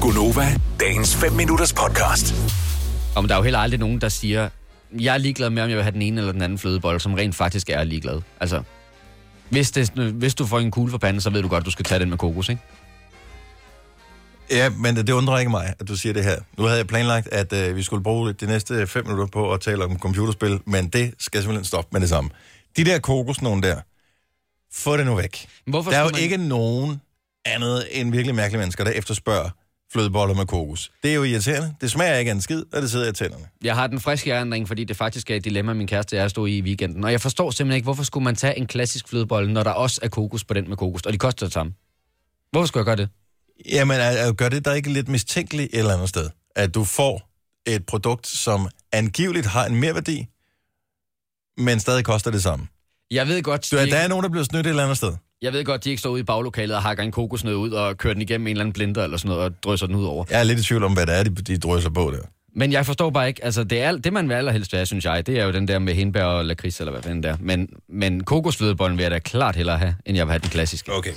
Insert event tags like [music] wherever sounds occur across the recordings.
Gunova, dagens 5 minutters podcast. Om der er jo heller aldrig nogen, der siger, jeg er ligeglad med, om jeg vil have den ene eller den anden flødebolle, som rent faktisk er ligeglad. Altså, hvis, det, hvis du får en kugle for panden, så ved du godt, du skal tage den med kokos, ikke? Ja, men det undrer ikke mig, at du siger det her. Nu havde jeg planlagt, at øh, vi skulle bruge de næste fem minutter på at tale om computerspil, men det skal simpelthen stoppe med det samme. De der kokos nogen der, få det nu væk. Men hvorfor der er jo skulle man- ikke nogen andet end virkelig mærkelige mennesker, der efterspørger flødeboller med kokos. Det er jo irriterende. Det smager ikke af en skid, og det sidder i tænderne. Jeg har den friske erindring, fordi det faktisk er et dilemma, min kæreste og jeg stod i i weekenden. Og jeg forstår simpelthen ikke, hvorfor skulle man tage en klassisk flødebolle, når der også er kokos på den med kokos, og de koster det samme. Hvorfor skulle jeg gøre det? Jamen, er- er- gør det dig ikke lidt mistænkeligt et eller andet sted? At du får et produkt, som angiveligt har en mere værdi, men stadig koster det samme. Jeg ved godt, Du, de er, der ikke, er nogen, der bliver snydt et eller andet sted. jeg ved godt, de ikke står ude i baglokalet og hakker en kokosnød ud og kører den igennem en eller anden blender eller sådan noget og drysser den ud over. Jeg er lidt i tvivl om, hvad det er, de, de drysser på der. Men jeg forstår bare ikke, altså det, er, alt- det man vil allerhelst være, synes jeg, det er jo den der med hindbær og lakrids, eller hvad fanden der. Men, men kokosflødebollen vil jeg da klart hellere have, end jeg vil have den klassiske. Okay.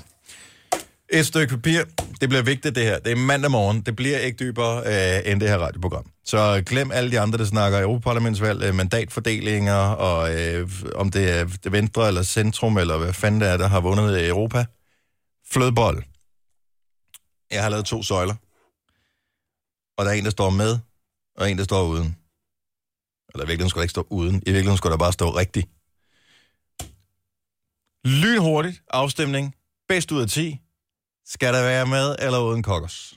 Et stykke papir. Det bliver vigtigt, det her. Det er mandag morgen. Det bliver ikke dybere øh, end det her radioprogram. Så glem alle de andre, der snakker Europaparlamentsvalg, øh, mandatfordelinger, og øh, om det er det venstre eller centrum, eller hvad fanden det er, der har vundet i Europa. Flødebold. Jeg har lavet to søjler. Og der er en, der står med, og en, der står uden. Eller i virkeligheden skulle der ikke stå uden. I virkeligheden skulle der bare stå rigtigt. Lynhurtigt afstemning. Bedst ud af 10. Skal der være med eller uden kokkers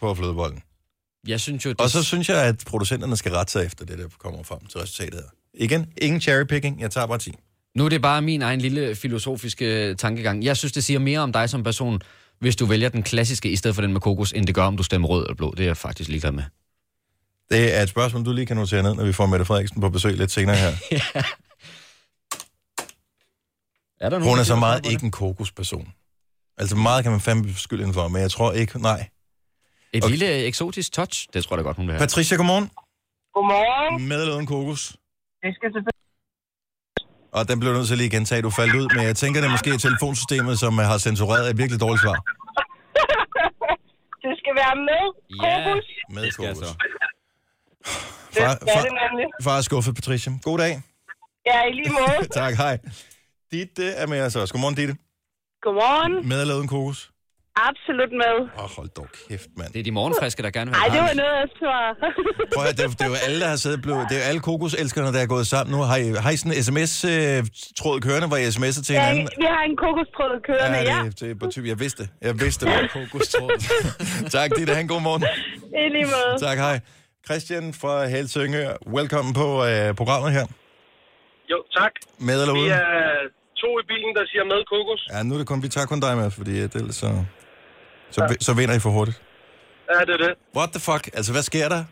på flødebollen? Jeg synes jo, det, Og så synes jeg, at producenterne skal rette sig efter det, der kommer frem til resultatet her. Igen, ingen cherrypicking. Jeg tager bare 10. nu er det bare min egen lille filosofiske øh, tankegang. Jeg synes, det siger mere om dig som person, hvis du vælger den klassiske i stedet for den med kokos, end det gør, om du stemmer rød eller blå. Det er jeg faktisk ligeglad med. Det er et spørgsmål, du lige kan notere ned, når vi får Mette Frederiksen på besøg lidt senere [laughs] her. Er der nogen, Hun der er så giver meget dig ikke en kokosperson. Altså meget kan man fandme beskylde hende for, men jeg tror ikke, nej. Et Okay. okay. lille øh, eksotisk touch, det tror jeg da godt, hun vil have. Patricia, godmorgen. Godmorgen. Med eller uden kokos? Det skal selvfølgelig... Og den blev du nødt til lige at gentage, du faldt ud, men jeg tænker, det er måske telefonsystemet, som har censureret et virkelig dårligt svar. Det skal være med. Ja, Kokos. Med det skal jeg kokos. så. Det Far, skal det far, nemlig. far er skuffet, Patricia. God dag. Ja, i lige [laughs] måde. tak, hej. Ditte er med os også. Godmorgen, Ditte. Godmorgen. Med eller uden kokos? Absolut med. Åh, oh, hold dog kæft, mand. Det er de morgenfriske, der gerne vil Ej, have det var varmt. noget, jeg tror. [laughs] Prøv at, høre, det, er, jo- det er jo alle, der har siddet og blevet... Det er jo alle kokoselskerne, der er gået sammen nu. Har I, har I sådan en sms-tråd øh, kørende, hvor I sms'er til ja, hinanden? vi har en kokostråd kørende, ja. det, det er på typ, jeg vidste. Jeg vidste, det var kokostråd. tak, Ditte. Han god morgen. I lige måde. Tak, hej. Christian fra Helsingør, velkommen på øh, programmet her. Jo, tak. Med eller Vi uden? er to i bilen, der siger med kokos. Ja, nu er det kun, vi tager kun dig med, fordi øh, ellers så, så, vi- så vinder I for hurtigt. Ja, det er det. What the fuck? Altså, hvad sker der?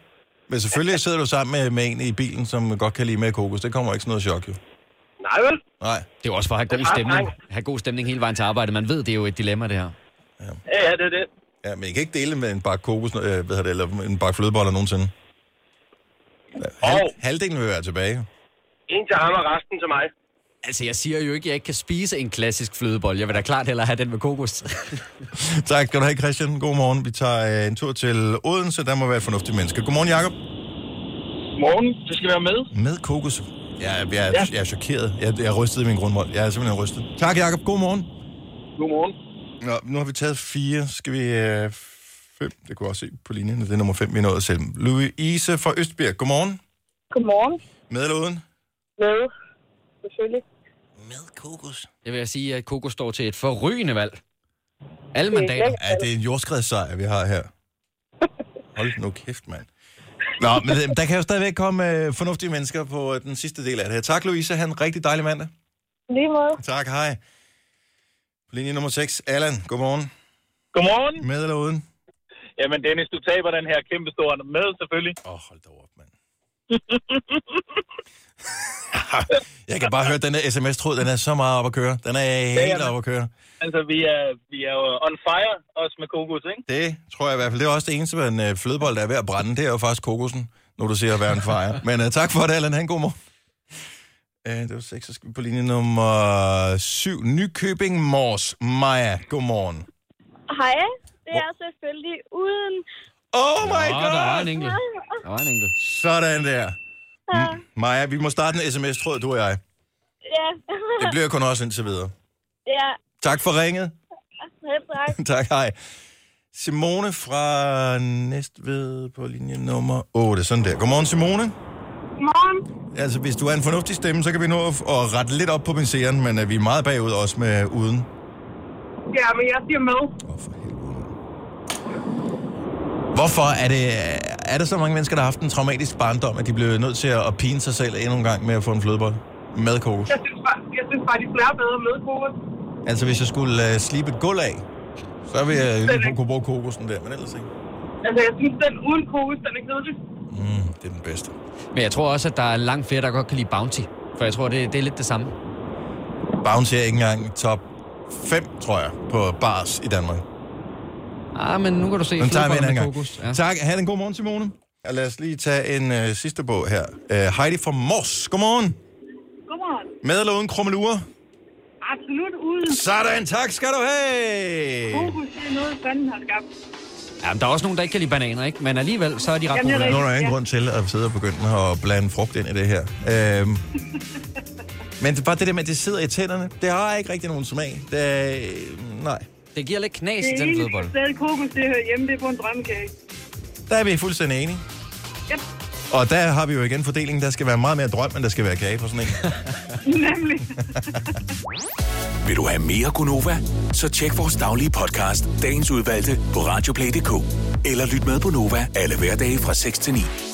Men selvfølgelig sidder du sammen med, med en i bilen, som godt kan lide med kokos. Det kommer ikke sådan noget chok, jo. Nej, vel? Nej. Det er jo også for at have god Nej, stemning. nej. Have god stemning hele vejen til arbejde. Man ved, det er jo et dilemma, det her. Ja, ja, det er det. Ja, men I kan ikke dele med en bakke kokos, øh, hvad hedder det, eller en bakke flødeboller nogensinde. Hal, Og- Halvdelen vil være tilbage. En til ham og resten til mig. Altså, jeg siger jo ikke, at jeg ikke kan spise en klassisk flødebolle. Jeg vil da klart hellere have den med kokos. Tak skal du have, Christian. God morgen. Vi tager øh, en tur til Odense. Der må være et fornuftigt menneske. Godmorgen, Jacob. Morgen, det skal være med. Med kokos. Jeg, jeg, jeg, jeg er chokeret. Jeg, jeg er rystet i min grundmål. Jeg er simpelthen rystet. Tak, Jacob. God morgen. Godmorgen. Nå, nu har vi taget fire. Skal vi... Øh, fem. Det kunne jeg også se på linjen. Det er nummer fem, vi nåede selv. Louise fra Østbjerg. Godmorgen. Godmorgen. Med eller uden? Med. Selvfølgelig. Med kokos. [laughs] Jeg vil sige, at kokos står til et forrygende valg. Alle er mandater. ikke Ja, det er en jordskredssejr, vi har her. Hold nu kæft, mand. Nå, men øh, der kan jo stadigvæk komme øh, fornuftige mennesker på øh, den sidste del af det her. Tak, Louise. Han en rigtig dejlig mandag. Lige måde. Tak, hej. På linje nummer 6, Allan. Godmorgen. Godmorgen. Med eller uden? Jamen Dennis, du taber den her kæmpe store med selvfølgelig. Åh, oh, hold da op, mand. [laughs] jeg kan bare høre, at den der sms-tråd, den er så meget op at køre. Den er helt op at køre. Altså, vi er, vi er jo on fire, også med kokos, ikke? Det tror jeg i hvert fald. Det er også det eneste med en øh, flødebold, der er ved at brænde. Det er jo faktisk kokosen, når du siger at være en [laughs] fejr. Men uh, tak for det, Allan. Han god morgen. Uh, det var 6, så skal vi på linje nummer 7. Nykøbing Mors. Maja, godmorgen. Hej, det Hvor- er selvfølgelig uden, Oh my Åh, der var en god! enkelt. Der var en enkelt. Sådan der. M- Maja, vi må starte en sms-tråd, du og jeg. Ja. Det bliver kun også indtil videre. ja. Tak for ringet. Helt tak. [laughs] tak, hej. Simone fra Næstved på linje nummer 8. Sådan der. Godmorgen, Simone. Morgen. Altså, hvis du er en fornuftig stemme, så kan vi nå at, at rette lidt op på benzeren, men øh, vi er meget bagud også med uden. Ja, men jeg siger med. Åh, for helvede. Hvorfor er det, er der så mange mennesker, der har haft en traumatisk barndom, at de blev nødt til at, at pine sig selv endnu en gang med at få en flødebold med kokos? Jeg synes bare, jeg synes bare de smager bedre med kokos. Altså, hvis jeg skulle uh, slibe et gulv af, så ville jeg lige kunne- kunne bruge kokosen der, men ellers ikke. Altså, jeg synes, den uden kokos, den er kedelig. Mm, det er den bedste. Men jeg tror også, at der er langt flere, der godt kan lide Bounty. For jeg tror, det, det er lidt det samme. Bounty er ikke engang top 5, tror jeg, på bars i Danmark. Ah, men nu kan du se. Den tager vi en flødeboller anden med gang. kokos. Ja. Tak. Ha' en god morgen, Simone. Og lad os lige tage en øh, sidste bog her. Øh, Heidi fra Mors. Godmorgen. Godmorgen. Med eller uden krummelure? Absolut uden Sådan. Tak skal du have. kokos, det er noget, fanden har skabt. Ja, men der er også nogen, der ikke kan lide bananer, ikke? Men alligevel, så er de ret Jamen, det er populære. Nu er der jo Ja. ingen grund til at sidde og begynde at blande frugt ind i det her. Øhm. Men det er bare det der med, at det sidder i tænderne, det har ikke rigtig nogen smag. Det er, øh, nej. Det giver lidt knas Det til den eneste flødebolle. sted, kokos, det hører hjemme, det er på en drømmekage. [laughs] Der er vi fuldstændig enige. Yep. Og der har vi jo igen fordelingen, der skal være meget mere drøm, end der skal være kage på sådan en. Nemlig. Vil du have mere Gunova? Så tjek vores daglige podcast, dagens udvalgte, på radioplay.dk. Eller lyt med på Nova alle hverdage fra 6 til 9.